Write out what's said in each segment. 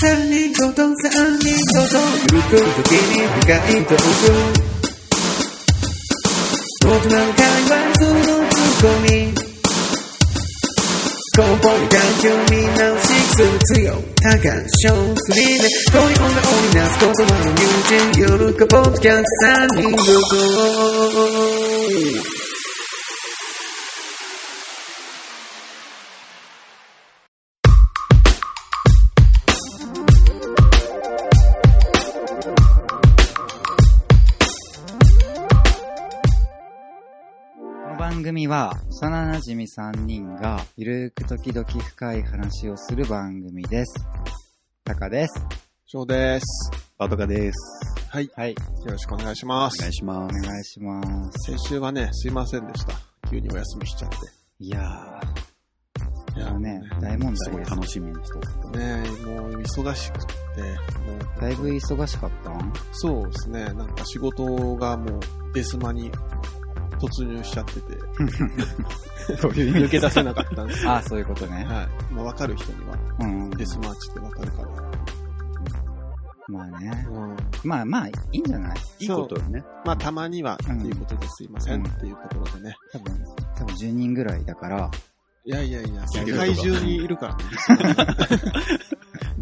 三人ごと三人ごとゆく時に深いトーク僕なんかはそのツッコミ根本環境見直しする強多感症フリーで恋女を織りなす言葉の友人夜かポッドキャスト三人ごとこの番組は、幼馴染み3人が、ゆるく時々深い話をする番組です。タカです。翔です。バトカです。はい。よはい。ろしくお願いしまお願すい。しまおす。願いします。先週はね、すいませんでした。急にお休みしちゃっいやー、て。いあやのね、大問す題ごでいす。楽しみにしてます。ねもう忙しくって、もう、だいぶ忙しかったんそうですね、なんか仕事がもう、デスマに突入しちゃ ってて、抜け出せなかったんですよ。あ、そういうことね。はい。まあ、わかる人には、うんうん。デスマーチってわかるから。まあね。うん。まあまあ、いいんじゃないいいことよね。まあ、たまには、っていうことですいません、っていうところでね。多分、多分10人ぐらいだから、いやいやいや、い世ける界中にいるからね。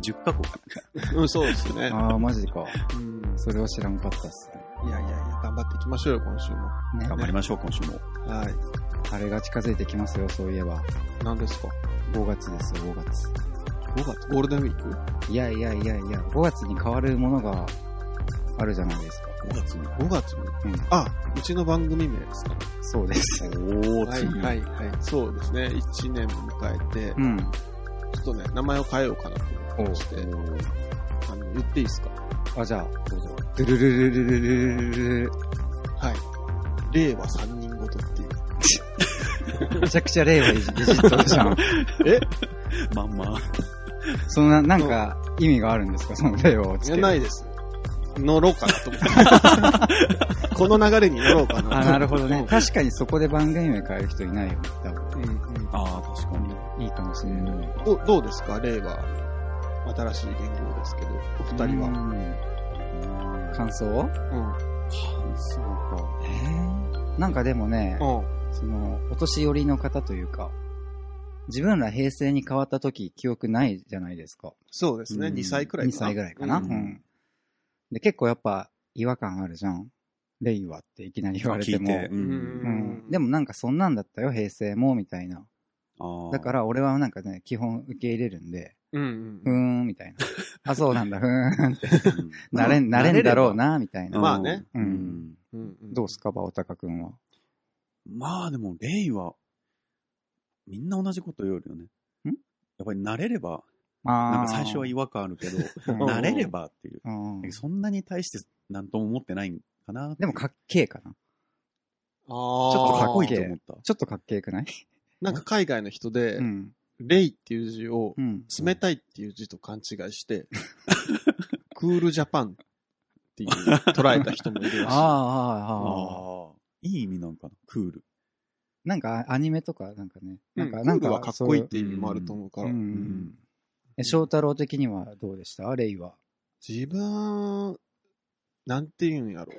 10カ国。うん、そうですね。ああ、マジか。うん。それは知らんかったっすね。いやいやいや、頑張っていきましょうよ、今週も。ね頑。張りましょう、今週も。はい。あれが近づいてきますよ、そういえば。何ですか5月ですよ、5月。 ?5 月ゴールデンウィークいやいやいやいや、5月に変わるものがあるじゃないですか。 5月に。 ?5 月に、うんあ、うちの番組名ですかね。そうです。おー、はついいに。はいはい。そうですね。1年を迎えて、うん。ちょっとね、名前を変えようかなと思いまして、あの、言っていいですかあ、じゃあ、どうぞ。ドゥルルルルルルルルルはい。令和3人ごとっていう。めちゃくちゃ令和いじいじっとるじゃん。まんま。そのな、なんか、意味があるんですかその令和をついけや、る。ないです。乗ろうかなと思 って。この流れに乗ろうかなとあ、なるほどね。確かにそこで番組名変える人いないよね。多うんうんあー、確かに。分。いいかもしれない。どどうですか令和。新しい言語ですけど、お二人は。は。感想うん。そうか。えーなんかでもね、うん。その、お年寄りの方というか、自分ら平成に変わった時、記憶ないじゃないですか。そうですね。うん2歳くらい2かな。歳ぐらいかな。う。うんんで、結構やっぱ違和感あるじゃん。令和っていきなり言われ聞ていも。て。う。うんうん。でも、なんかそんなんだったよ、平成も、みたいな。あーだか、ら俺はなんかね、基本受け入れるんで、うんふーうんん、みたいな。あ、そうなんだ、ふーんって。うんなれん、なれんだろうな、みたいばな。まあね。う。うんん。うんうん。どうすか、ばおたかくんは。まあでも、レイは、みんな同じこと言うよね。んやっぱり慣れれば、あなんか最初は言違和感あるけど、うん慣れればっていう。うん。そんなに対して何とも思ってないんかな。でもかっけえかな。あちーょっとかっこいいと思った。ちょっとかっけえくないなんか海外の人でう、ん。レイっていう字をう、ん。冷たいっていう字と勘違 いして、クールジャパンっていう捉えた人もいるあら あ、あしい。あ、ああ。ああ。いい意味なんかな。クール。なんかアニメとか、なんかね。うなんん、クか、なんールか、はかっこいいっていう意味もあると思うかそうらいう。う。。。うんえ、翔太郎的にはどうでしたレイは。自分、なんていうんやろ。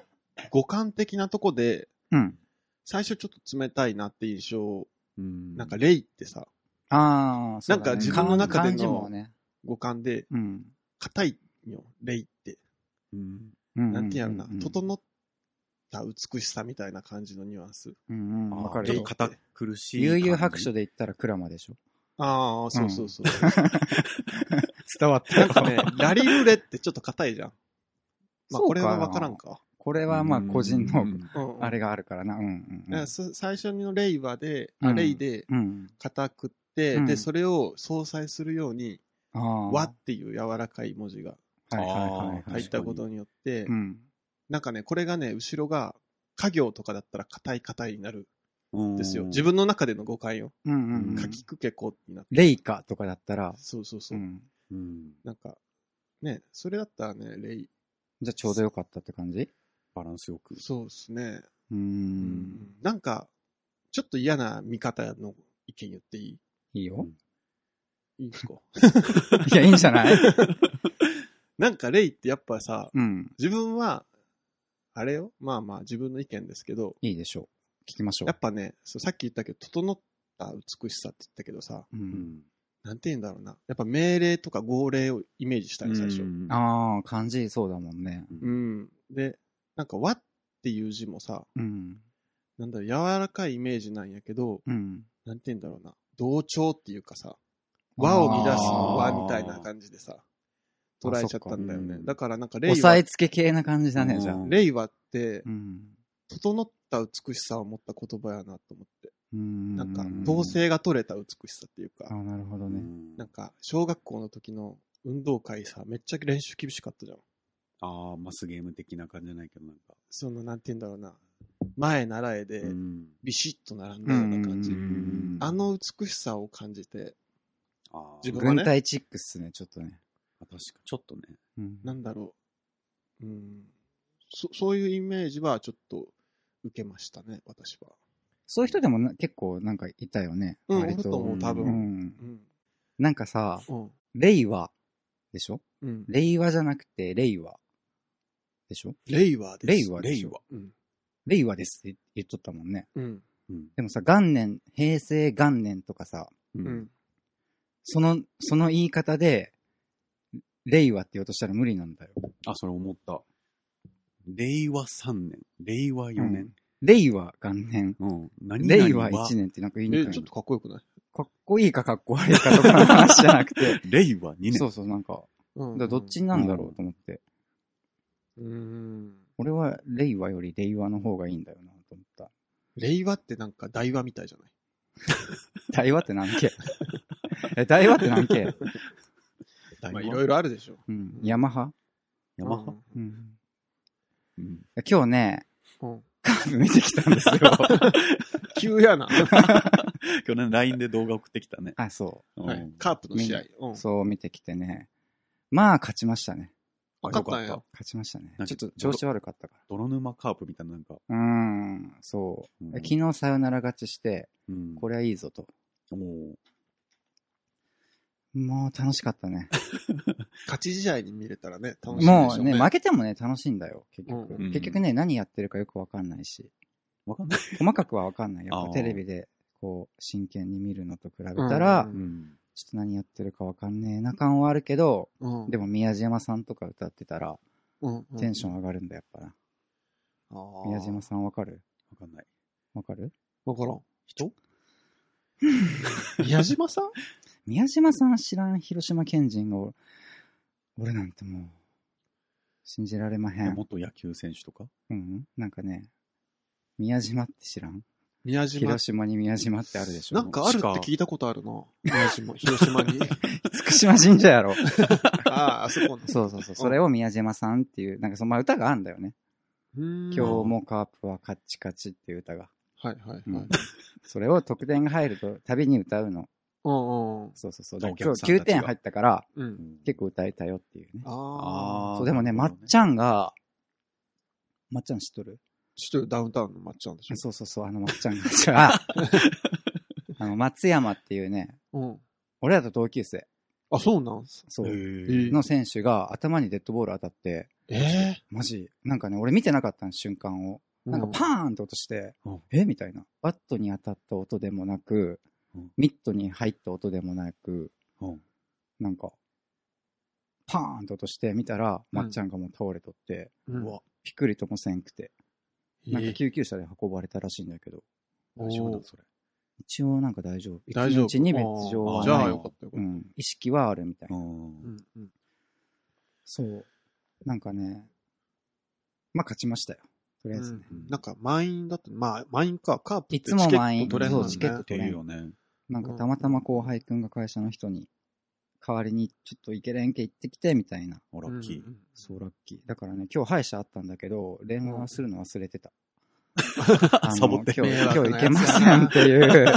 五感的なとこで、うん。最初ちょっと冷たいなって印象、うんなんか、レイってさ、ああ、そうだねなんか自分の中で漢の字もね。五感で、うん。硬いよ、レイって。うん。うんなんていうんやろうな、ん整った美しさみたいな感じのニュアンス。うんうん、わかちるよょっと。堅苦しい。悠々白書で言ったらクラマでしょ。ああ、そうそうそう。伝わっ なんかね、ラリルレってちょっと硬いじ ゃん。そまあ、うこかれはわからんか。これはまあ個人の、うんあれがあるからな。うんうんだからそ最初のレイはで、うあんレイでうん。うん。硬くって、うんで、それを相殺するように、ああ。和っていう柔らかい文字がはいはいはいは入いっ。たことによってう、ん。なんかね、これがね、後ろが、家業とかだったら硬い硬いになるんですよ。自分分の中での誤解を。うんうんうかん。きくけこになって。レイカとかだったら、そうそうそうう。ん。なんか、ね、それだったらね、レイ、じゃあちょうどよかったって感じバランスよく。そうですね。うー。うんなんか、ちょっと嫌な見方の意見言っていいいいよ。いいんですか いや、いいんじゃないなんかレイってやっぱさ、うん。自分は、あれよまあまあ自分の意見ですけど、いいでしょう。聞きましょやっぱね、そうさっき言ったけど、整った美しさって言ったけどさ、う。う。うんん。なんて言うんだろうな。やっぱ命令とか号令をイメージしたうりん最初。あああ、漢字そうだもんね。うん、で、なんか和っていう字もさ、うん。なんだろう、柔らかいイメージなんやけど、うん。なんて言うんだろうな。同調っていうかさ、和を乱すの和みたいな感じでさ、捉えちゃったんだよあそっかうね。んだからなんかレ押イさえは、つけ系な感じだね、うんじゃあ。レイはってう、ん。整った美しさを持った言葉やなと思って。うん。なんか、統制が取れた美しさっていうああ、か、なるほどうね。んなんか、小学校の時の運動会さ、めっちゃ練習厳しかったじゃん。ああ、マスゲーム的な感じじゃないけど、なんか。その、なんて言うんだろうな。前習えでう、んビシッと並んだような感じう。んあの美しさを感じて、あー自分はね軍隊チックっすね、ちょっとね。あ確か、ちょっとね。うん。なんだろう。うん。そ、そういうイメージはちょっと受けましたね、私は。そういう人でもな結構なんかいたよね。うん、割俺と思う、多う分。うん。ん。うん。なんかさ、うん。令和でしょうん、令和じゃなくて令和でしょ令和です。令和でしょうん。令和ですって言っとったもんね。うん。うん。でもさ、元年、平成元年とかさ、ううん。。その、その言い方で、令和って言おうとしたら無理なんだよ。あ、それ思った。令和3年、令和4年。令和元年、うん。何々令和1。年ってなんか言いにえ、くいちょっのとかっこよくないかっこいいかかっこ悪いかとかの話じゃなくて。令和2年。そうそう、なんか、うだんからどっちなんだろうと思って。うん。俺は令和より令和の方がいいんだよなと思った。令和ってなんか台話みたいじゃない大和って何系え、大和って何系大まあ和いろいろあるでしょ。うん。ヤマハヤマハうん。うん。今日ね、うん。うん。カーブ見てきたんですよ。 急やな。去年 LINE で動画送ってきたね。あ、そはい。カープの試合。うう。ん。そう見てきてね。まあ、勝ちましたね。あ、勝ったんよやか。勝ちましたね。なんちょかっと調子悪かったか泥沼カープみたいな、なんか。ら。うーん、そう。うん昨日さよなら勝ちして、うんこれはいいぞと。おーもう楽しかったね。勝ち試合に見れたらね、楽しいでしょもうね、負けてもね、楽しいんだよ、結局。うんうん結局ね、何やってるかよくわかんないし、わかんない。細かくはわかんない。やっあぱーテレビで、こう、真剣に見るのと比べたら、うんん。ちょっと何やってるかわかんねえな感はあるけど、うん。でも宮島さんとか歌ってたら、も、テンション上がるんだ、やっぱな。ョ宮島さんわかるわかんない。わかるわからん。人 宮島さん宮島さん知らん広島県人がお、俺なんてもう、信じられまへいやん。元野球選手とかうんなんかね、宮島って知らん宮島広島に宮島ってあるでしょなんかあるって聞いたことあるな。宮島、広 島に。福島神社や ろ。ああ、あそこの。そうそうそう。それを宮島さんっていう、なんかその、まあ歌があんだよね。今今日。もカープはカッチカチっていう歌が。はいはいはい。ううんんそれを得点が入ると、旅に歌うの。うんうんそうそうそう。だおから今客日さんたち9が点入ったから、うん。結構歌えたよっていうね。ああ。あーそう、でもね、まなるほっどねちゃんが、まっちゃん知っとる知ってるダウンタウンのまっちゃんでしょ。そうそうそう、あのまっちゃんが、じゃあ、 あの、松山っていうね、うん。俺らと同級生、あ、そうなんす。そう、へえの選手が頭にデッドボール当たって、ええマジ、なんかね、俺見てなかったの瞬間を。ー。なんかパーンって音して、うんえみたいな。バットに当たった音でもなく、うんミットに入った音でもなく、うんなんか、パーンって音して見たら、うんまっちゃんがもう倒れとって、ン。うんうわピクリともせんくて、なんえかえ救急車で運ばれたらしいんだけど、大丈夫おだ、ーそれ。。一応なんか大丈夫。大丈夫。命に別状あーはじゃなあい。よかったよかうっん、意識はあるみたいな。た。うんんうん。そう。なんかね、まあ勝ちましたよ。とりあえずね。うんなんか満員だった。まあ、満員か。カープっていつも満員チケット取れんもんねそうチケットっていうよね。なんかたまたま後輩くんが会社の人に、代わりにちょっと行けれんけ行ってきて、みたいな。おラッキーう。んうんそう、ラッキー。だからね、今日歯医者あったんだけど、電話するの忘れて た。あのサボって今日、迷惑今な日やつだな行けませんっていう。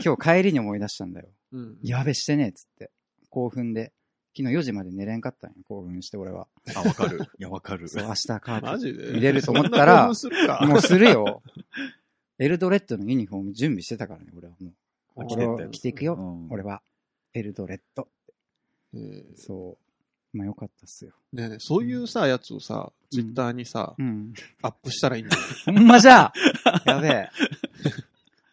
今日帰りに思い出したんだよ。うん。やべしてねえっつって。興奮で。昨日4時まで寝れんかったんよ、興奮して俺は。あ、わかる。いや、わかる。そう、明日カマージで見れると思ったらそんな興奮するかプ。もうするよ。エルドレッドのユニフォーム準備してたからね、俺はもう。これを着ていくよ、うん俺は。エルドレッド。えーそう。まあよかったっすよ。ねえねえそういうさ、やつをさ、ツイッターにさ、うん。アップしたらいいんだよ。ほんまじゃやべえ。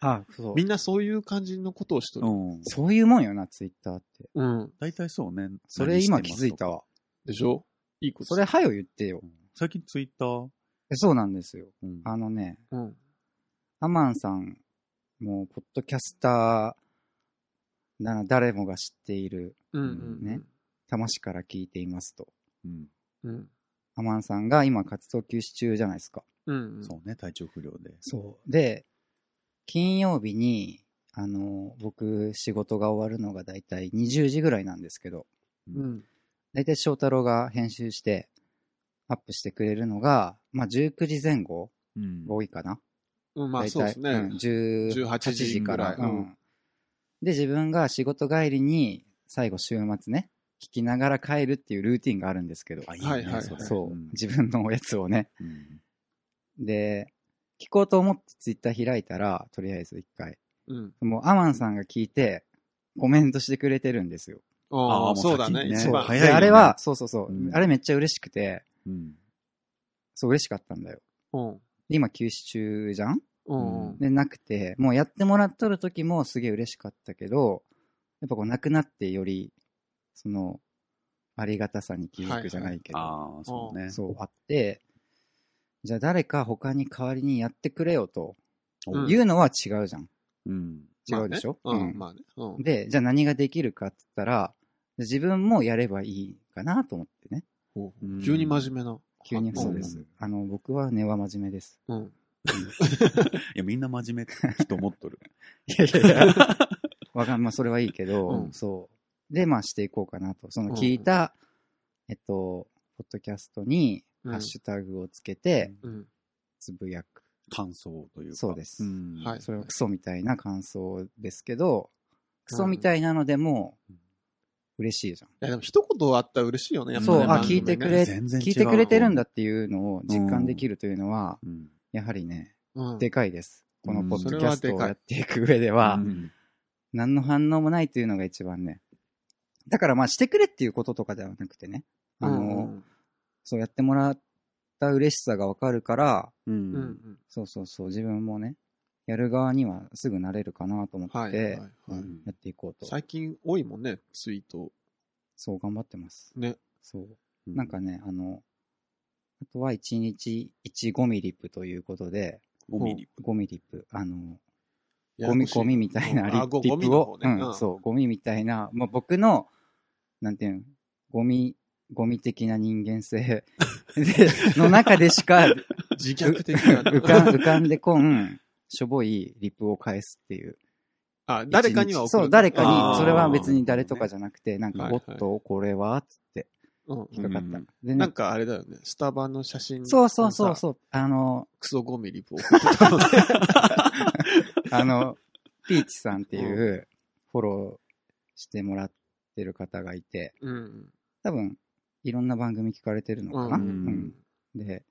あ、そうみ。んなそういう感じのことをしとうる。ん。そういうもんよな、ツイッターって。うん。大体そうね。それ今何気しづていますとかた。わ。でしょいいこと。それ、はよ言ってよ。最近ツイッター。えそうなんですよ。うんあのね、うん。アマンさん、もう、ポッドキャスターなら誰もが知っている、うんうん。ね。魂から聞いていますと。うん。うん。アマンさんが今活動休止中じゃないですか。うんうん。そうね、体調不良で。そう。で、金曜日に、あの、僕、仕事が終わるのが大体20時ぐらいなんですけど、うん。大体翔太郎が編集して、アップしてくれるのが、まあ、19時前後うんが多いかな。うん。まあ大体そうですね。うん18 18時時かぐららい。ううんんで、自分が仕事帰りに、最後週末ね、聞きながら帰るっていうルーティンがあるんですけど、あ、いいはいはいはね、いそれそう、ん自分のおやつをね。うんで、聞こうと思ってツイッター開いたら、とりあえず一回、うん。もうアマンさんが聞いて、コメントしてくれてるんですよ。あああもあ、うそうだね。先にね一そう番。早いよでねあれは、そうそうそう、うんあれめっちゃ嬉しくて、うん。そう嬉しかったんだよ。うん。で今休止中じゃんうんうん。で、なくて、もうやってもらっとる時もすげえ嬉しかったけど、やっぱこうなくなってより、その、ありがたさに気づくじゃないけど、ああ、そうね。そうあって、じゃあ誰か他に代わりにやってくれよと、うんいうのは違うじゃん。うん。違うでしょ、まあうねんうん。まあね。うん。で、じゃあ何ができるかって言ったら、自分もやればいいかなと思ってね。おうん急に真面目な。急にそうでうすん。あの、僕は根は真面目です。うん。いや、みんな真面目と思っとる。 いやいやいや。わかん、まあそれはいいけど、うんそう。で、まあしていこうかなと。そのうん聞いた、えっと、ポッドキャストにうんハッシュタグをつけて、うん。つぶやく。 感想というか。そうですんはいそれはクソみたいな感想ですけど、クソみたいなのでもうん、嬉しいじゃん。いやでも一言あったら嬉しいよね。やっぱそう、ねあ、番聞組いてくれ、ね全然違う聞いてくれてるんだっていうのを実感できるというのは、うん。やはりね、うんでかいです。このポッドキャストうんをそれはでかいやっていく上では、うん何の反応もないというのが一番ね。だからまあしてくれっていうこととかではなくてね。あの、うんそうやってもらった嬉しさがわかるから、う。うんうんんそうそうそう、自分もね、やる側にはすぐなれるかなと思はっいはていは、い。うんやっていこうと。最近多いもんね、ツイート。そう頑張ってます。ね。そう。なんか、ね、あの、あとは1日1 5ミリップということで、 5ミリ。 5ミリップ、あの、やゴやこミ、しいゴミみたいなリあごリゴッミプのを方、うねん、そう、ゴミみたいな、まあ、僕の、なんていうの、ゴミ、ゴミ的な人間 性での中でしかう自虐的な。 浮かん浮かんでこん、しょぼいリップを返すっていう。あ、誰かには送る。そう、誰かあに、ーそれは別に誰とかじゃなくて、なんか、はいおはいっと、これはつってうん引っかかった。うんでなんね、かあれだよね、スタバの写真。そうそうそうう。そう、あの、クソゴミリプ 送ってたのねあの、ピーチさんっていう、フォローしてもらってる方がいて、うん。多分、いろんな番組聞かれてるのかな、ううんん。で、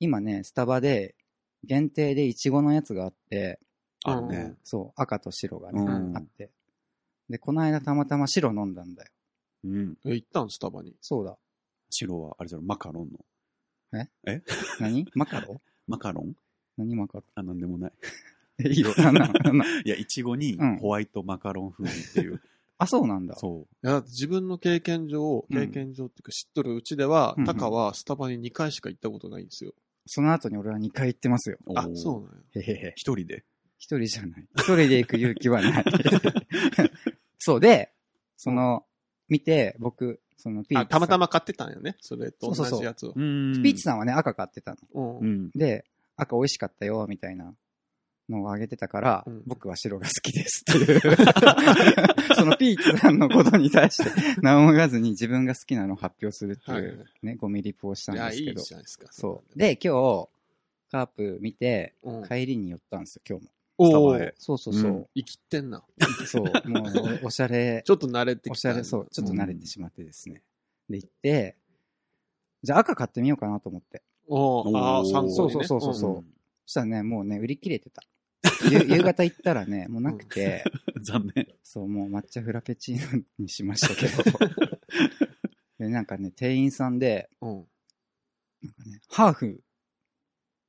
今ね、スタバで、限定でイチゴのやつがあって、あるね。そう、赤と白がね、うんあって。で、この間たまたま白飲んだんだよ。うん。え、行ったんスタバに。そうだ。白は、あれじゃろマカロンの。何マカロマカロン何マカロあ、なんでもない。 え いいよ。なんなのなんなのいや、いちごにうんホワイトマカロン風味っ ていう。あ、そうなんだ。そいや、だって自分の経験上、うん経験上っていうか知っとるうちではうん、タカはスタバに2回しか行ったことないんですよ。その後に俺は2回行ってますよ。う。あお、ーそうなんや。へへへ。一人で。一人じゃない。一人で行く勇気はない。そうで、その、見て、僕、そのピーチさあ、ん。たまたま買ってたんよね。それとそうそう同そうじやつを。うんピーチさんはね、赤買ってたの。うんうん。で、赤美味しかったよ、みたいなのをあげてたから、うん僕は白が好きですっていう。 そのピーチさんのことに対 して、何も言わずに自分が好きなのを発表するってい、はいはいうね、ゴミリプをしたんいでや、すいいけど。じゃないですか。そう。で、今日、カープ見て、うなんだ、帰りに寄ったんですよ、今日も。うん、タおバーへそうそうそう。生きてんな。そう。も う、おしゃれちょっと慣れておき。したゃれ、そう、ちょっと慣れてしまってですね。で、行って、じゃあ赤買ってみようかなと思って。おーああ、おー参考に、ね。そうそうそうそうそううん そしたらね、もうね、売り切れてた。ゆ夕方行ったらね、もうなくて、残念。そう、もう抹茶フラペチーノにしましたけど。 で、なんかね、店員さんで、うん。なんかね、ハーフ、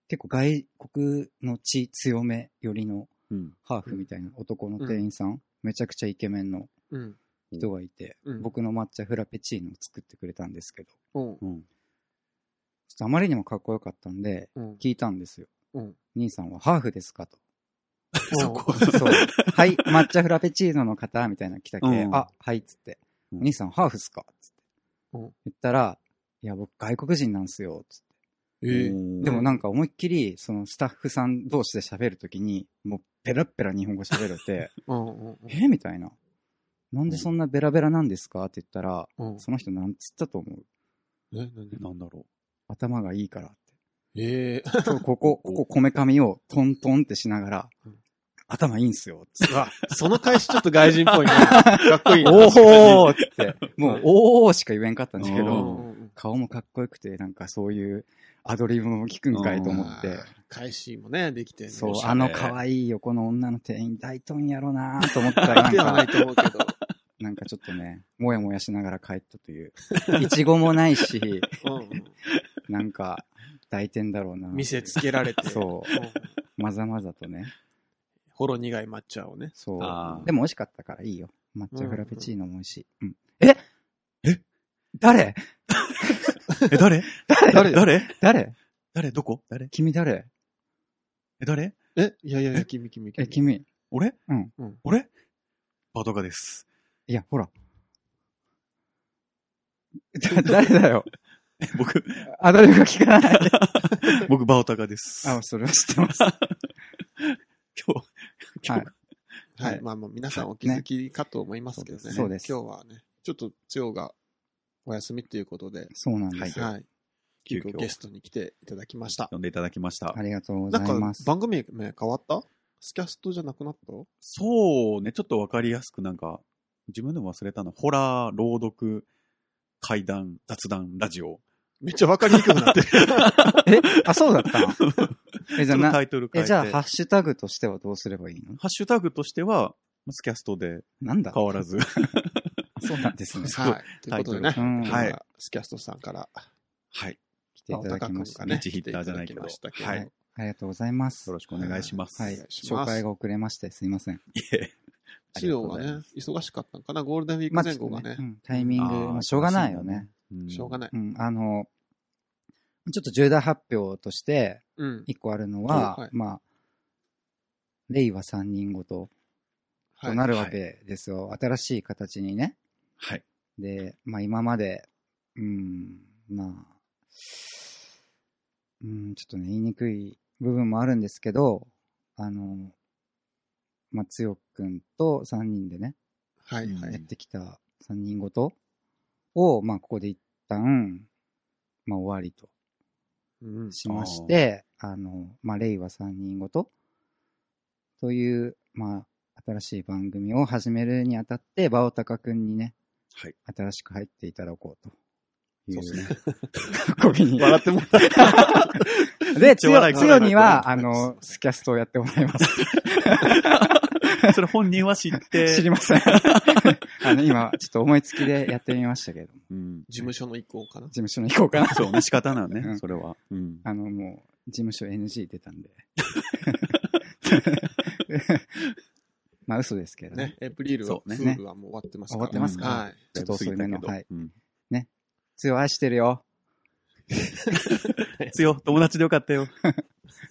結構外国の血強め寄りのうん。ハーフみたいな男の店員さん、めちゃくちゃイケメンのうん。人がいて、うん僕の抹茶フラペチーノを作ってくれたんですけど、ちょうん。うん。っとあまりにもかっこよかったんで、うん。聞いたんですよ。うん兄さんはハーフですかと。そ こ。そう。はい、抹茶フラペチーノの方、みたいなの来たけ、うんあ、はい、っつって。うんお兄さんハーフっすかっつって。うん言ったら、いや、僕外国人なんすよ、つって。えうんでもなんか思いっきり、そのスタッフさん同士で喋るときに、もうペラッペラ日本語喋れて、うんうんえみたいな。なんでそんなベラベラなんですかって言ったら、うん。うん。その人なんつったと思うえ、何なんだろ頭がいいからっえて。そう、ここ、こここめかみをトントンってしながらうん、頭いいんすよ。つってー うわ、その返しちょっと外人 っぽいな。かっこいいな。おおーっつって、 もう、おおーしか言えんかったんですけうど、んうんうん顔もかっこよくて、なんかそういうアドリブも聞くんかいと思っあてー、返しもね、できてね。そうお、しゃれあの可愛い横の女の店員、大トンやろなと思ったら、 なんではかない、と思うけど。なんかちょっとね、もやもやしながら帰ったという。いちごもないし、うんなんか、大店だろうな。見せつけられて。そうん。う、まざまざとね。ほろ苦い抹茶をね。そあう。ーでも美味しかったからいいよ。抹茶フラペチーノも美味しい。うん。ええ誰う。え、誰 誰誰誰誰どこ誰君誰え、誰えいやいやいや、君君君。え、君。俺うん。俺パトカです。 いや、ほら。 だ誰だよ。僕、アドリブが聞かない。僕、バオタカです。あ、それは知ってます。今日、今 はい日、は。はいいまあもう皆さんお気づきかと思いますけどね。ねそうです今日はね、ちょっと、千代がお休みっていうことで、そうなんですよ。はい。急急遽遽ゲストに来ていただきました。呼んでいただきましたあ。りがとうござないんかます。番組名変わったスキャストじゃなくなったそうね、ちょっとわかりやすくなんか、自分でも忘れたの。ホラー、朗読、怪談、雑談、ラ ジオ。めっちゃわかりにくくなってる。え、あ、そうだったのえ、じゃあそのなタ、イトル変え、えじて。ゃあ、ハハッシュタグとしてはどうすればいいのッシュタグとしては、スキャストでなんだ変わらず。 そうなん ですね。すごいはい。ということでね、タイトルうん今日ははいスキャストさんから、はい。来ていただきましたね。ねリッチヒッターじゃないけど来てただきましたけどははいい。ありがとうございます。よろしくお願いします。はいお願。いしま紹す介が遅れまして、すいません。あ千り代がとうごはざいますね、忙しかったんかなゴールデンウィーまクあ前ちょ後っがとねねう。んタイミング、あまーあしょうがないよね。しょうがない。うん、あの、ちょっと重大発表として、うん。一個あるのは、はいまあ、令和3人ごとはといなるわけですよ。新しい形にね。はい。で、まあ今まで、うん、まあ、うん、ちょっとね、言いにくい部分もあるんですけど、あの、まあ、つよくんと3人でね、はいうんはやっい。てきた3人ごとを、まあ、ここで一旦、まあ、終わりとうんしまして、あの、まあ、令和3人ごとという、まあ、新しい番組を始めるにあたって、バオタカくんにね、はい。新しく入っていただこうと。いうそうですね。 こぎに。笑ってもらった。 で、つめっちゃ笑よ、いつよには、こあれの、スキャストをやってもらいます。それ本人は知っ て。知りません。 あの、今、ちょっと思いつきでやってみましたけど、事うん。事務所の意向かな務所に行こうかな。そうね、仕方ないうね、んそれは。うん。あの、もう、事務所 NG 出たんで。 まあ、嘘ですけどね。ね、エイプリルは、そうプねールはもう終わってます終から。わってますからはい。ちょっと遅いめのだいぶ過ぎたけどつよ、愛してるよ。うん。強、友達でよかったよ。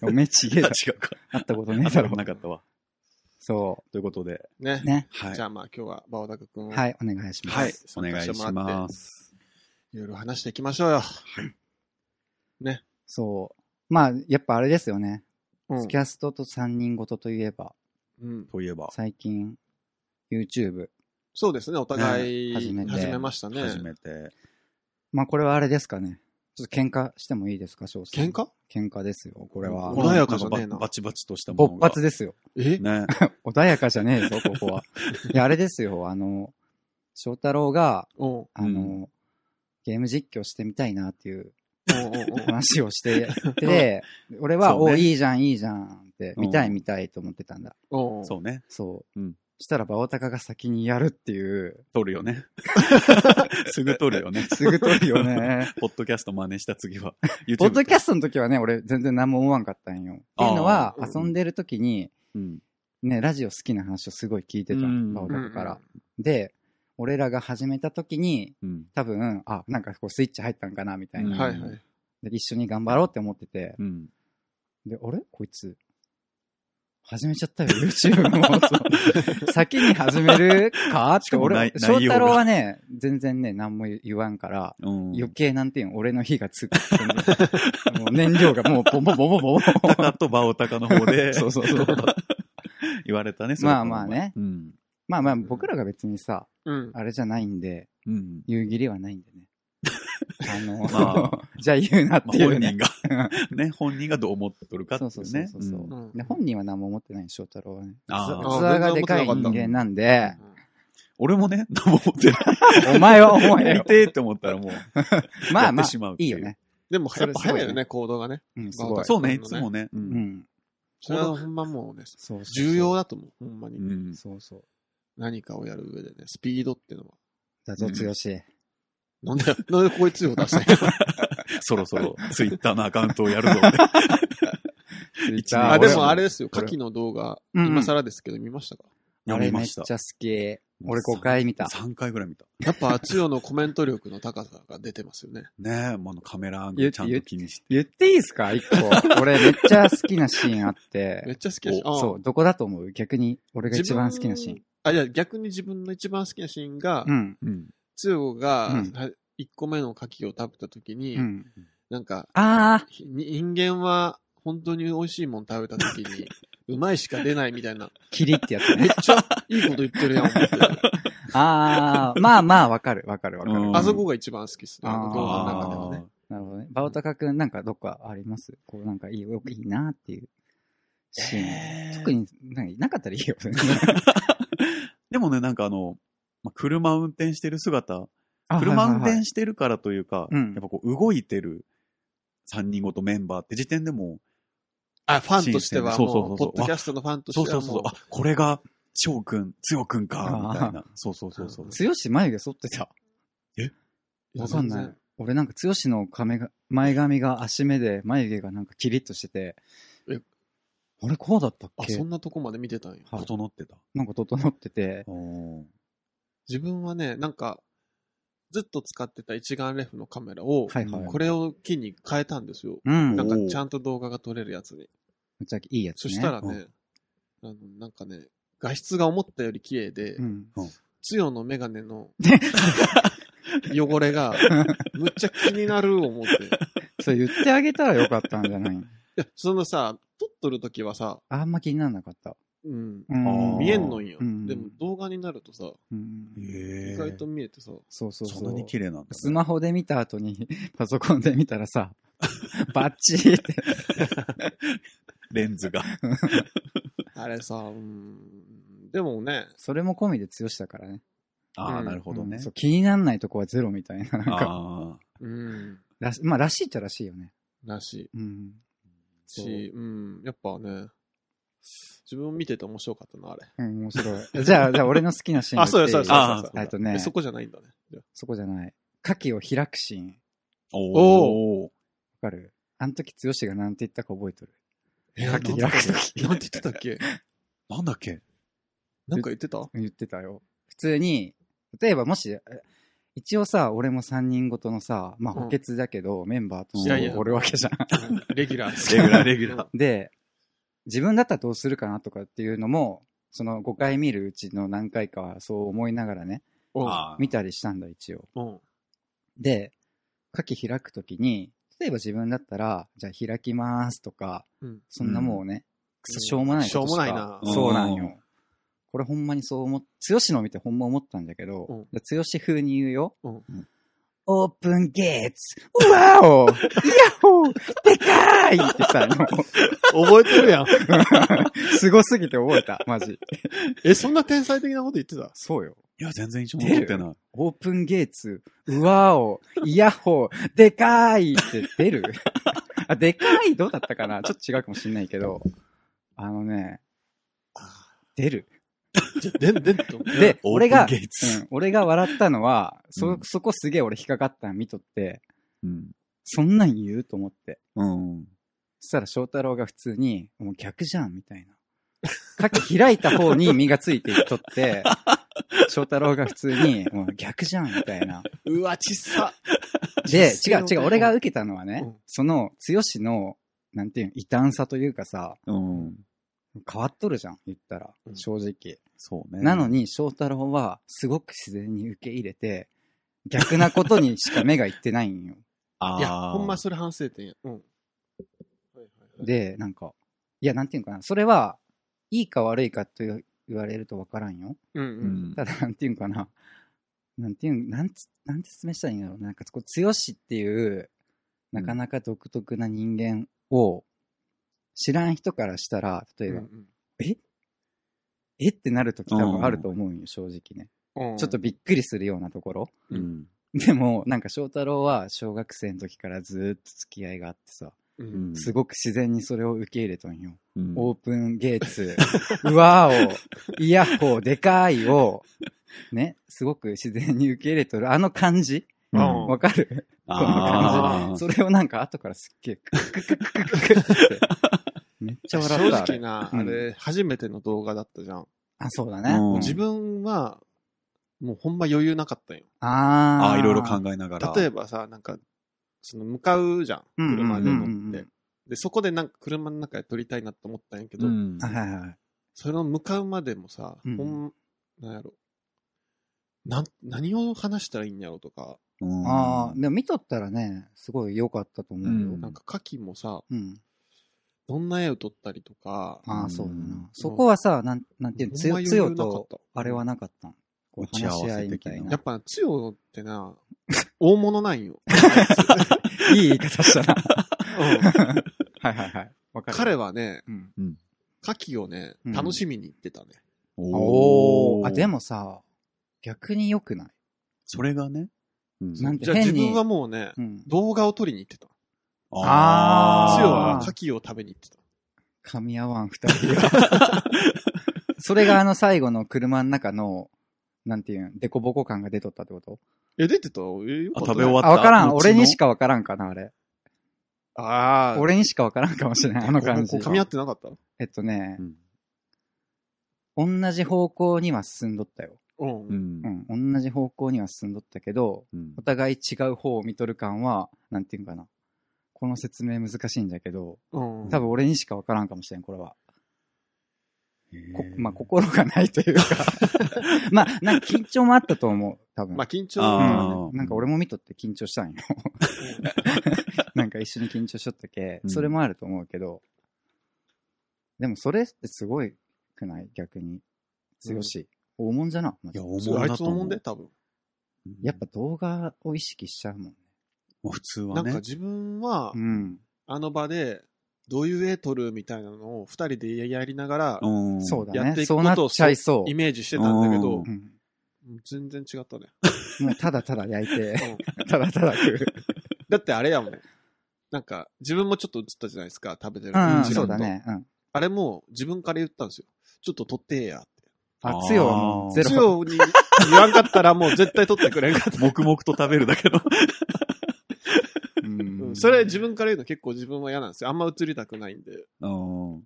おめえちげえだ。違うか。会ったことねえだ ろあ。なかったわ。そということで。ねう。。ね。はいじゃ。あまあ今日は、バオダカ君をはい、お願いします。はい。お参願加いしてもらしってます。いろいろ話していきましょうよ。そう。まあ、やっぱあれですよね。うんスキャストと3人ごとといえば、うん。といえば、最近、YouTube。そうですね、お互いね初始めてめましたね。初めて。まあ、これはあれですかね。ちょっと喧嘩してもいいですか、翔さん。喧嘩喧嘩ですよ、これは。穏やかじゃねえなんかバチバチとしたもの勃が。発ですよ。えね。穏やかじゃねえぞ、ここは。いや、あれですよ、あの、翔太郎が、おうん。あの、うゲーム実況してみたいなっていうおうおうおう話を してて、俺は、そうねおいいじゃん、いいじゃんって、うん見たい見たいと思ってたんだ。おうおうそうね。そう。うんしたら、バオタカが先にやるっていう、取るよね。 すぐ取るよね。 すぐ取るよ ね。ポッドキャスト真似した 次は。ポッドキャスストの時はね、俺全然何も思わんかったんよ。っていうのは、あー遊んでる時に、ト。うん。ね、ラジオ好きな話をすごい聞いてた、うんバオタカから。で、俺らが始めた時に、うん。多分、あ、なんかこうスイッチ入ったんかな、みたいうんな、はいはい。で。一緒に頑張ろうって思ってて。うん。で、あれこいつ。始めちゃったよ、YouTube も。そう先に始めるかっ、してかも俺内、翔内容が太郎はね、全然ね、何も言わんから、うん。余計なんていうの、俺の火がつく。もう 燃料がもう、ボンボンボンボンボンボン タカとバオタカの方で、そうそうそう。 言われたね、それまあまあねうん。まあまあ、僕らが別にさ、うん。あれじゃないんで、うん。言う義理はないん でね。あの、ま じゃあ言うなっまてあ、いう本ね人。が、 ね、本人がどう思っとるかってそうそういうそうね。そうそう、うんんで本人は何も思ってない翔太郎はねあー器がでかい人間なんで俺もね、何も思ってない。お前は思え 見よてって思ったらもう、まあやまっあてしまうっていいいうよねでも、そやれっぱ早いよすごいねね、行動がね。うんすごいそうね、いつもね。う。うんんそれはほんまもうね、そうそうそう重要だと思う。ほんまうに。ん。そうそう何かをやる上でね、スピードってのは。だぞ剛しなんで、 なんでこいつを出したん やそろそろ、ツイッターのアカウントをやるぞ。一年あ、でもあれれですよ、俺牡蠣の動画、うんうん今更ですけど見ましたかあ読れみめまっした。ちゃ好き俺5回見た3回ぐらい見た。やっぱ、あつよのコメント力の高さが出てますよ ね。ねえ、もうあのカメラアングルちゃんと気にして。言っていいですか一個 俺めっちゃ好きなシーンあっめってちゃ好きだし。あそうどこだと思う逆に俺が一番好きなシーン。あ、いや、逆に自分の一番好きなシーンがう、んうん。つよがうんは一個目の牡蠣を食べた時にう、んなんか、あひ人間は本当に美味しいもん食べた時 に、うまいしか出ないみたいな、あキリってやつ ねいいこと言ってるやん、 思って。ああまあまあわかるわかるわかるうんあそこが一番好きっすね、あのあー動画の中ではね。なるほどね。バオタカくんなんかどっかありますこうなんかいい、よくいいなっていうシーン。えー特になんかなかったら いいよ。でもね、なんかあの、まあ、車運転してる姿、車運転してるからというか、うんやっぱこう動いてる3人ごとメンバーって時点でもあ、ファンとしては、そうそうそもうう、そポうッドキャストのファンう、とそうしてそはうそうもそうう、、あ、これが翔くん、強くんか、あーみたいな。そうそうそうそう。強し眉毛剃ってた。いやわかん全ない然。俺なんか強しの髪が、前髪が足目で眉毛がなんかキリッとしてて。えあれこうだったっあ、けそんなとこまで見てたんや。はい整ってた。なんか整ってて。おー自分はね、なんか、ずっと使ってた一眼レフのカメラを、はいはい。これを機に変えたんですよ。うん。なめんっか、ちゃんと動画が撮れるやつに。ちゃいいやつそね。したらね、あの、なんかね、画質が思ったより綺麗でう、ん。つよのメガネの汚れが、むっちゃ気になる思って。いそれ言ってあげたらよかったんじゃない や、そのさ、撮っとる時はさ、あんま気にならなかった。うん、うん見えんのんよう。んでも動画になるとさ、うんへ意ー外と見えてさ、そうそうそう。そんなに綺麗なんだ、スマホで見た後に、 パソコンで見たら さ、バッチリって。レ ンズが。あれさ、うん、でもね、それも込みで強しだからね。ああ、うんなるほどね。うんそう気にならないとこはゼロみたいな。なんかああ。うん、らしまあ、らしいっちゃらしいよね。らしうん。いし、うん、やっぱね、自分見てて面白かったな、あれ。うん、面白 い。じゃあ、じゃあ俺の好きなシーンあ、そうや、そうや、そうあやあそうえや。っとねえ、そこじゃないんだね。じゃあそこじゃない。牡蠣を開くシーン。わおお。かるあの時強しがなんて言ったか覚えとる。えさっき開くときなんて言ってたっけなんだっけなんか言ってた 言ってたよ。普通に、例えばもし、え一応さ、俺も3人ごとのさ、まあうん補欠だけど、メンバーといやいしてやおるわけじゃん。 レギュラー。レギュラー、レギュラー。で、自分だったらどうするかなとかっていうのも、その5回見るうちの何回かはそう思いながらね、ー。あー見たりしたんだ、一応。うん。で、牡蠣開くときに、例えば自分だったら、じゃあ開きますとか、うんそんなもうね、くそしょうもないことしょうもないなしかそうなんうよ。これほんまにそう思っ、強しのを見てほんま思ったんだけど、うんじゃあ強し風に言うよ。うんオープンゲーツうわおイヤホーでかーいってさ、も う覚えてるやん。すごすぎて覚えた、マジ。え、そんな天才的なこと言ってたそうよ。いや、全然印象残ってない。オープンゲーツ、うわお、イヤホー、でかーいって出 るあ、でかいどうだったかなちょっと違うかもしんないけど、あのね、出る。じゃ、でんでんと。で、オープン俺が、ゲイツうん俺が笑ったのは、うそん、そこすげえ俺引っかかったの見とって、うん。そんなん言うと思って。うん。そしたら翔太郎が普通に、もう逆じゃん、みたいな。牡蠣開いた方に身がついていっと って、翔太郎が普通に、もう逆じゃん、みたいな。うわ、ちっさ。で、違実践うを違う、俺が受けたのはね、うんその、剛の、なんていうの、異端さというかさ、うん。変わっとるじゃん、言ったらう、ん正直。そうね。なのに、翔太郎は、すごく自然に受け入れて、逆なことにしか目がいってないんよ。あーいや、ほんまそれ反省点や。うん。はいはいはい、で、なんか、いや、なんていうのかな、それは、いいか悪いかと言われるとわからんよ。うんう。うんん。ただ、なんていうんかな。なんていうん、なんつ、なんて説明したらいいんだろう。なんか、こう、強しっていう、なかなか独特な人間を、知らん人からしたら、例えば、えってなるとき多分あると思うんよ、正直ね。ちょっと、びっくりするようなところ。 うん。でも、なんか翔太郎は小学生の時からずーっと付き合いがあってさ、ううんん。すごく自然にそれを受け入れとんよ。うんオープンゲーツ、うわーを、イヤッホー、でかーいを、ね、すごく自然に受け入れとる。あの感じうんうんわかるこのあ感ーじ。それをなんか後からすっげえ、ククククククククって。めっちゃ正笑った。あ直れな、うんあれ、初めての動画だったじゃん。あ、そうだね。うんうん自分は、もうほんま余裕なかったんよ。あーあー、いろいろ考えながら。例えばさ、なんか、その向かうじゃん。うん車でうんうん乗うってん。で、そこでなんか車の中で撮りたいなと思ったんやけどう、ん。はいはいはい。それの向かうまでもさ、うんほん、なんやろ。なん、何を話したらいいんやろとか、うんああ、でも見とったらね、すごい良かったと思うよん。なんか牡蠣もさ、うん。どんな絵を撮ったりとか、あうあ、んそうだな。そこはさ、なん、なんていうの、つよ、ほんまつ余よ裕なかっとた、あれはなかったの。こう、打ち合話わせし合いみたい的ななや。っぱ、つよってな、大物な んよ。いい言い方したな。はいはいはい。わかる。彼はね、うん。牡蠣をねう、ん楽しみに行ってたね。おおー。ーあ、で。もさ、逆に良くないそれがね。うんなんてじゃあ変自に分はもうね、うん。動画を撮りに行ってた。あーつ強よはは牡蠣を食べに行ってた。噛み合わん二人が。それがあの最後の車の中の、なんていうん、デコボコ感が出とったってことえ、出てたえ、よかったあ食べ終わっあ、わからん。後の俺にしかわからんかな、あれ。ああ。俺にしかわからんかもしれない、あの感じこう。噛み合ってなかったえっとねう、ん同じ方向には進んどったよ。うんう。んうん、同じ方向には進んどったけど、うんお互い違う方を見とる感は、なんていうんかな。この説明難しいんだけど、うん。多分俺にしかわからんかもしれん、これは。こへーまあ、心がないというか。まあ、なんか緊張もあったと思う、多分。まあ緊張うんあはーなんか俺も見とって緊張したんよ。なんか一緒に緊張しとったけ、それもあると思うけど、でもそれってすごいくない逆に。強し。大物じゃな。まいずや、思そううあいなつとの思もうんで、多分。やっぱ動画を意識しちゃうもんね。まあ普な通はんかね。自分はう、ん。あの場で、どういう絵撮るみたいなのを二人でやりながら、うんそうだやっね。ていくそこうとなをっちゃいそうイ。メージしてたんだけどう、うん全然違 ったね。もうただただ焼い て、うんただただ食う。だってあれやもん。なんか、自分もちょっと映ったじゃないですか、食べてる。うん、ちらそっうとだ。ね。うん。あれも自分から言ったんですよ。ちょっと撮ってやって。あ、つよはもうゼつロ。 よに言わんかったらもう絶対撮ってくれん かった。黙々と食べるだけの。うんそれ自分から言うの結構自分は嫌なんですよ。あんま映りたくないんで。うん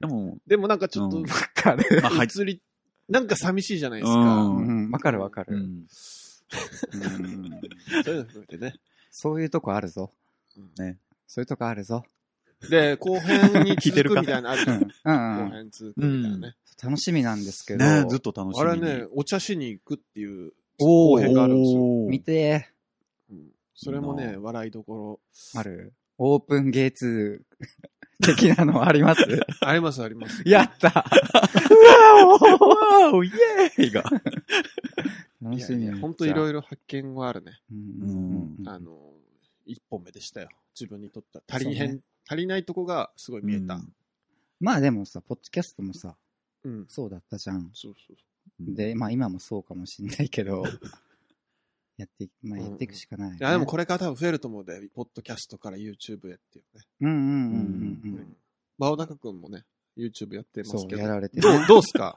でも、でもなんかちょっと、うんわかる。まあ、はい。映り、なんか寂しいじゃないですうか。ん、わかるわかうる。んうんそういうの含めてね。そういうとこあるぞ。ね。そういうとこあるぞ。で、後編に聞いて続るくかみたいなのある うじゃんん。うんう後ん。編続くみたいなね。楽しみなんですけど、ねずっと楽しみあに。れね、お茶しに行くっていうお後ー、編があるんですよ。おー見て、うんそれもいいね、な笑いどころ。ある。オープンゲーツ 的なのありますありますあります。やったわーお、イエーイが。 楽しみ。本当いろいろ。いろ発見はあるね。うんうんあの、一本目でしたよ。自分にとっては。足りへん、そう足りないとこがすごい見えた。まあでもさ、ポッドキャストもさ、うん。そうだったじゃん。そうそうそうんで、まあ今もそうかもしんないけど、やっていく、まあやっていくしかない、ねう。いや、でもこれから多分増えると思うで、ポッドキャストから YouTube へっていうね。うんうんうんうん馬尾中くんもね、YouTube やってますそう、けやど。られてどねう、。どうっすか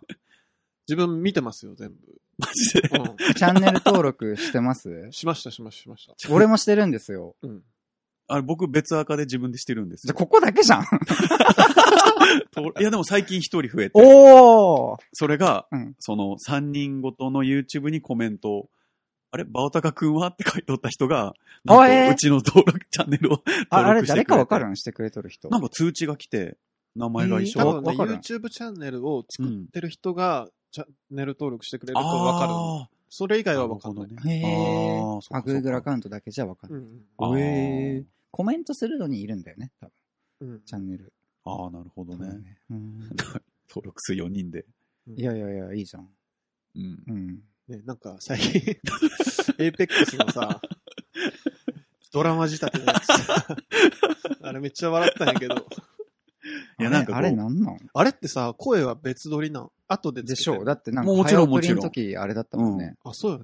自分見てますよ、全部。マジで。うチャンネル登録してます ん。しました、しました、しました。俺もしてるんですよ。うん。あれ、僕別赤で自分でしてるんで すじゃ、よ。ここだけじゃん。いや、でも最近一人増えて、 おーそれが、うんその3人ごとの YouTube にコメントを、あれ、バオタカ君はって書いておった人が、なんあえかーうちの登録、チャンネルを 登録してくれあ、て。あれ誰かわかるんしてくれとる人。なんか通知が来て、名前が一多緒。分ね、わかる YouTube チャンネルをう作っん。てる人が、チャンネル登録してくれるとわかる。あそれ以ー外なはるわかほんなどい。へね。え。あーそあ、っかそっか Google アカウントだけじゃわかんうない。ん。あーへーコメントするのにいるんだよね、多分。うん。チャンネル。ああ、なるほどそうだね。ね。うん登録数4人で。うんいやいやいや、いいじゃん。うん。うん。ね、なんか最近、エイペックスのさ、ドラマ仕立てのやつ。 あれめっちゃ笑ったんやけど。いあれやなんかこうあれなんなんあれってさ、声は別撮りなん。後でつけてでしょう。だってなんもうか、もちろん早送りの時、あれだったもんね。あ、そうよ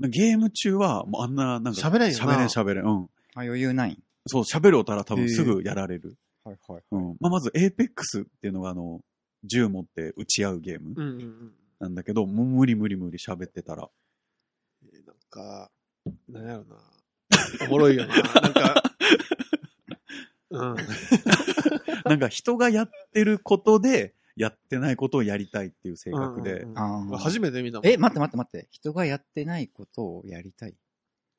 な。ゲーム中は、もうあんな、なんか、喋れんよ喋なれん喋れん。うん。あ、余裕ない。そう、喋るおたら多へ分ーすぐやられる。はいはい。うん。まあ、まず、エーペックスっていうのが、あの、銃持って撃ち合うゲームうんうんうん。なんだけど、もう無理無理無理喋ってたら。 えーなんか、なんやろな。おもろいよな。なんか、うん。なんか人がやってることで、やってないことをやりたいっていう性格で、うんうんうんあー初めて見たもん。え、待って待って待って。人がやってないことをやりたい。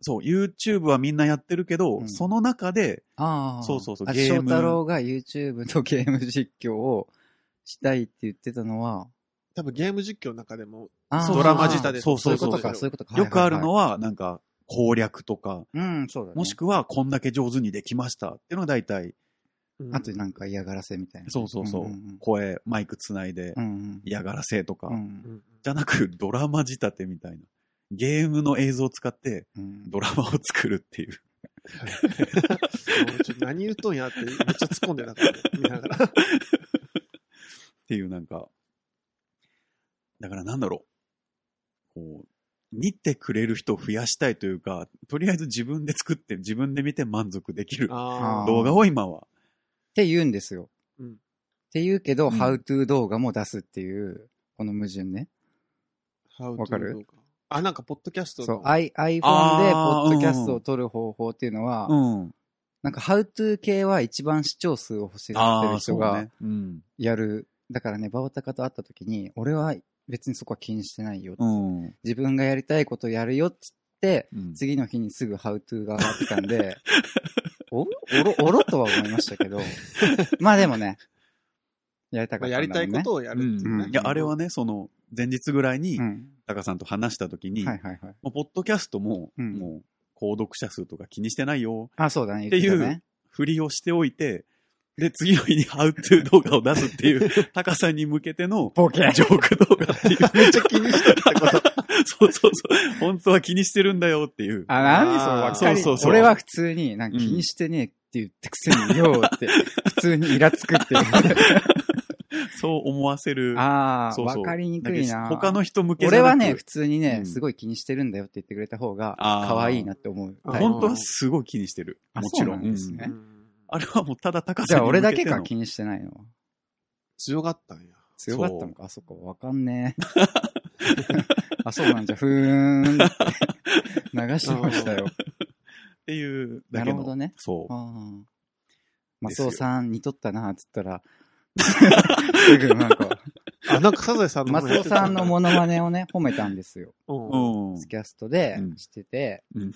そう、YouTube はみんなやってるけど、うんその中で、ああ。そうそうそうあゲーム翔太郎が YouTube とゲーム実況をしたいって言ってたのは、多分ゲーム実況の中でも、あーそうドラマ仕立てそうそうそういうことそか、うそういうことか。よくあるのはは、なんか、攻略とか、いはいはい。うん、そうだね。もしくは、こんだけ上手にできましたっていうのが大体、うんあとなんか嫌がらせみたいな。そうそうそう、うんうんうん声、マイクつないでう、ん嫌がらせとか、うん。ううんんじゃなく、ドラマ仕立てみたいな。ゲームの映像を使って、うん。ドラマを作るっていう。 俺ちょっと何言うとんやって、めっちゃ突っ込んでたから、ね、見ながら。っていうなんか、だからなんだろう。こう、見てくれる人を増やしたいというか、とりあえず自分で作って、自分で見て満足できるあー動画を今は。って言うんですよ。うんって言うけど、うん How to 動画も出すっていう、この矛盾ね。あ。わかる How to 動画あ、なんか、ポッドキャストそう、の。 I- iPhone で、ポあーッドキャストを撮る方法っていうのは、うん。なんか、How to 系は一番視聴数を欲しがってあるあ、人そうがね。うん。やる。だからね、バオタカと会った時に、俺は別にそこは気にしてないよ。うん。う自分がやりたいことやるよっつって、ん次の日にすぐ How to が上がってたんで、 おろ、おろ、おろとは思いましたけど、まあでもね、やりたかっまあ、たんだもやりんね。たいことをやるっていうね。うんいや、あれはね、その、前日ぐらいにう、ん。タカさんと話したときに、はいはいはい。もうポッドキャストも、うんもう、購読者数とか気にしてないよ、あ、そうだね。っていう言たねふりをしておいて、で、次の日にハウトゥー動画を出すって いう、タカさんに向けての、ボケ。ジョーク動画っていう。めっちゃ気にしてるってこと。 そうそうそう。本当は気にしてるんだよっていう。あ、何そればっかり。そうそうそう俺は普通に、なんか気にしてねえって言ってくせによって、普通にイラつくって いう。そう思わせる。ああ、そうわそうかりにくいな。他の人向けじゃ俺なくはね、普、通にね、うんすごい気にしてるんだよって言ってくれた方が、あー可愛いなって思う。あはい本当はすごい気にしてる。あもちろん。そうなんですねうあれはもうただ高じゃさあに向俺けてのだけが気にしてないの。強がったんや。強かったのかあ、そっか、わかんねえ。 あ、そうなんじゃ、ふーんって。流してま したよ。っていうだなけの。るほどねそあう。ーマでスすよオさん、似とったな、つったら、すぐなん か、あ、なんか、サザエさんのマスオさんのもモノマネをね、褒めたんですよ。うの。ん。スキャストでうんしてて、うん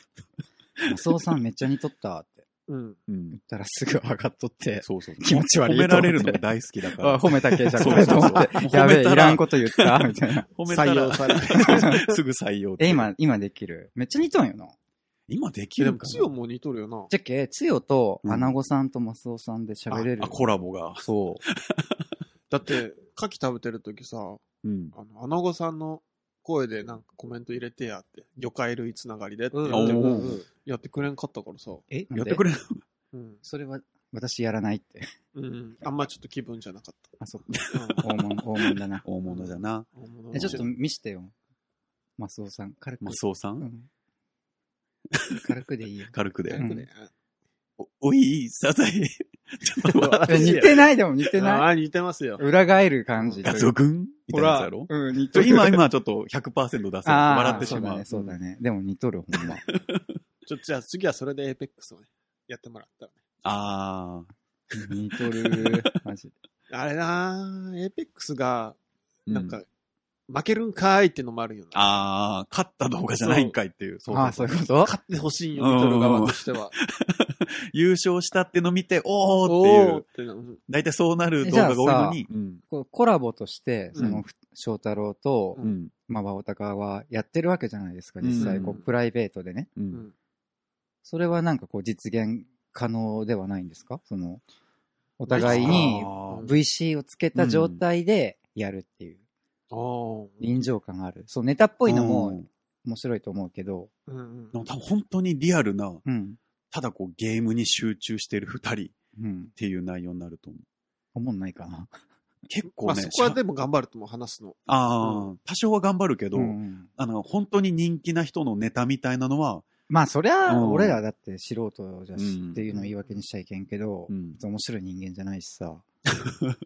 マスオさんめっちゃ似とったってうん。うん言っ。たらすぐ上がっとって、そうそう。気持ち悪い褒められるのが大好き だあか褒めたけじゃん、そこうそうれそとう思って。 やべえ、い褒めたららんこと言ったみたいな。ら。褒めた採用ら、される。 すぐ採用ってえ、。今、今できる。めっちゃ似とんよな。今できでるも、かな強も似とるよな。じゃっけ、つよと、うんアナゴさんとマスオさんで喋れるあ、。コラボが。そう。だって、牡蠣食べてるときさ、うん。あの、アナゴさんの声でなんかコメント入れてやって、魚介類つながりでってやって,、うんおーやってくれんかったからさ。えやってくれれるうん。それは、私やらないって。うん。あんまちょっと気分じゃな かっあ、そっか。た。うん大物、大物だ な。大物だな。え、ちょっと、見してよ。マスオさん。軽く。マスオさ。うんん軽くで いいよ軽くでう。んおおい、サザエ。ちょっと待ってえ似てないでも似てあない。あ、似てますよ。裏返る感じというガか。ツオくんみたいほなやつやらろうん、似ちょとる。今、今ちょっと100%出せる。 あー笑ってしまう。そうだね、そうだね。でも似とる、ほん ま。ちょっとじゃあ次はそれでエーペックスをね、やってもらったらね。ああ。似とる、マジで。あれなーエーペックスが、うなんか、負けるんかーいってのもあるよな。ああ、勝った動画じゃないんかいっていう。そうああ、そういうこと勝ってほしいよ、うん見てる側としては。優勝したっての見て、おーっていおーうっ。てなうん大体そうなる動画が多いのに。うん。こうコラボとして、その、うん翔太郎と、うん。まあ、バオタカはやってるわけじゃないですか、実際、うんこう、プライベートでね。う。うんんそれはなんかこう、実現可能ではないんですかその、お互いにあー VC をつけた状態でやるっていう、あー臨場感がある。そう、ネタっぽいのうんも面白いと思うけど、うんうんでも多分本当にリアルな、うん、ただこうゲームに集中してる二人っうん、ていう内容になると思う。思んないかな。結構まあね、そこはでも頑張るとも話すの。ああ、多少は頑張るけど、うんうんあの、本当に人気な人のネタみたいなのは、まあ、そりゃ、うん俺らだって素人じゃし、うんっていうのを言い訳にしちゃいけんけど、うん面白い人間じゃないしさ、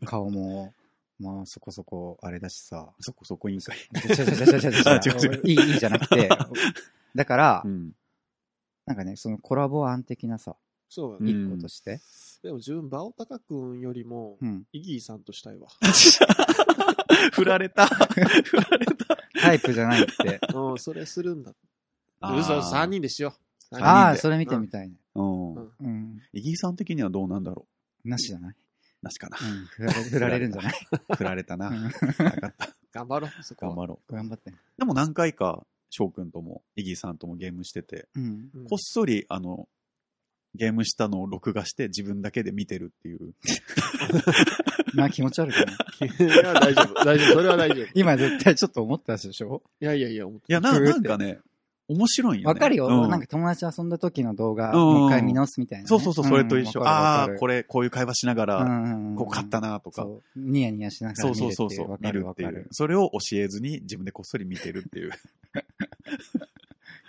顔も、まあ、そこそこあれだしさ、そこそこ委員会。違う違う違う違う違あ違う違う。いい、いいじゃなくて。だから、うん。なんかね、そのコラボ案的なさ、そうだうんね。一個として。でも自分、バオタカ君よりもう、ん。イギーさんとしたいわ。振られた。振られた。タイプじゃないって。うん、それするんだ。あーうそ、3人でしよう。あ三人あ、でそれ見てみたいね。ううんん。うん。イギーさん的にはどうなんだろなしじゃないうなしかなう。ん。振られ振られるんじゃない振られたな。うんなかった。頑張ろう、そこは。 頑張ろう。頑張って。でも何回か、翔くんとも、イギーさんともゲームしてて、うん。うんこっそり、あの、ゲームしたのを録画して自分だけで見てるっていう。まあ気持ち悪くない。いや、大丈夫、大丈夫、それは大丈夫。い今絶対ちょっと思ったでしょやいやいや、思っていや、ふなーってなんかね、面白いよね。わかるよ、うんなんか友達遊んだ時の動画、うんもう一回見直すみたいなね、そうそうそう、それと一緒。ああ、これれ、こういう会話しながら、こう勝ったななとか。そう。ニヤニヤしながらそう見るそっうてそい。うそううわ、か見るるわっていかうる。。それを教えずに自分でこっそり見てるっていう。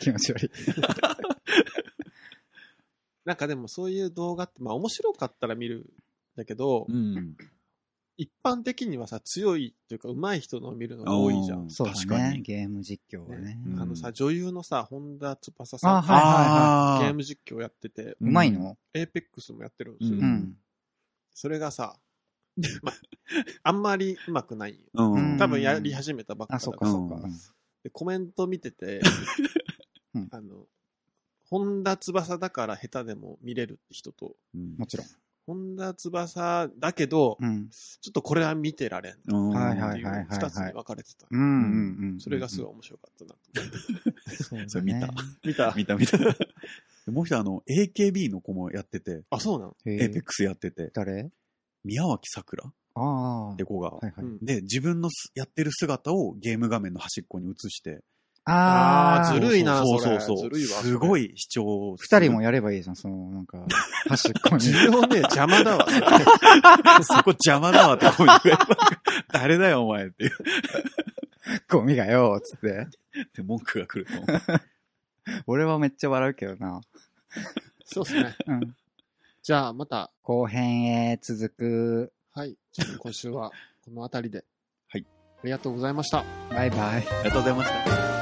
気持ち悪い。なんかでもそういう動画って、まあ面白かったら見るんだけど、ん。 一般的にはさ、強いというか上手い人のを見るのが多いじゃん。そう確だかね。に。ゲーム実況はね。うんあのさ、女優のさ、本田翼あさはんいあーゲーム実況やってて、うまいのエーペックスもやってるんですよ。ううん。それがさ、 まあんまり上手くないよ。うんうん多分やり始めたばっかあ、だかそらうか、そうかうん。でコメント見てて うん、あの、本田翼だから下手でも見れるって人と、うんもちろん。本田翼だけど、うん。ちょっとこれは見てられんってうんはいはいいう二つに分かれてた。うんうんうん。それがすごい。い面白かったなと思って。そうだねそれ見た。見た見た見た。 もう一人あの、AKB の子もやってて、あ、そうなのへエーペーックスやってて、誰宮脇さくらっああ。はいて子が、はい。うんで、自分のすやってる姿をゲーム画面の端っこに映して、あああーず。るいなそうそそうれそうそずう。るいわすごい視聴二人もややればいいじゃん、その、なんか、端っこに。 需要ね、邪魔だわ。 そこ邪魔だわって声言われた 誰だよお前って言っゴミがよ、つって。て文句が来ると 思う。俺はめっちゃ笑うけどな。 そうですね。うん。じゃあ、また、後編へ続く。はい。ちょっと今週はこの辺りで。はい。ありがとうございました。バイバイ。ありがとうございました。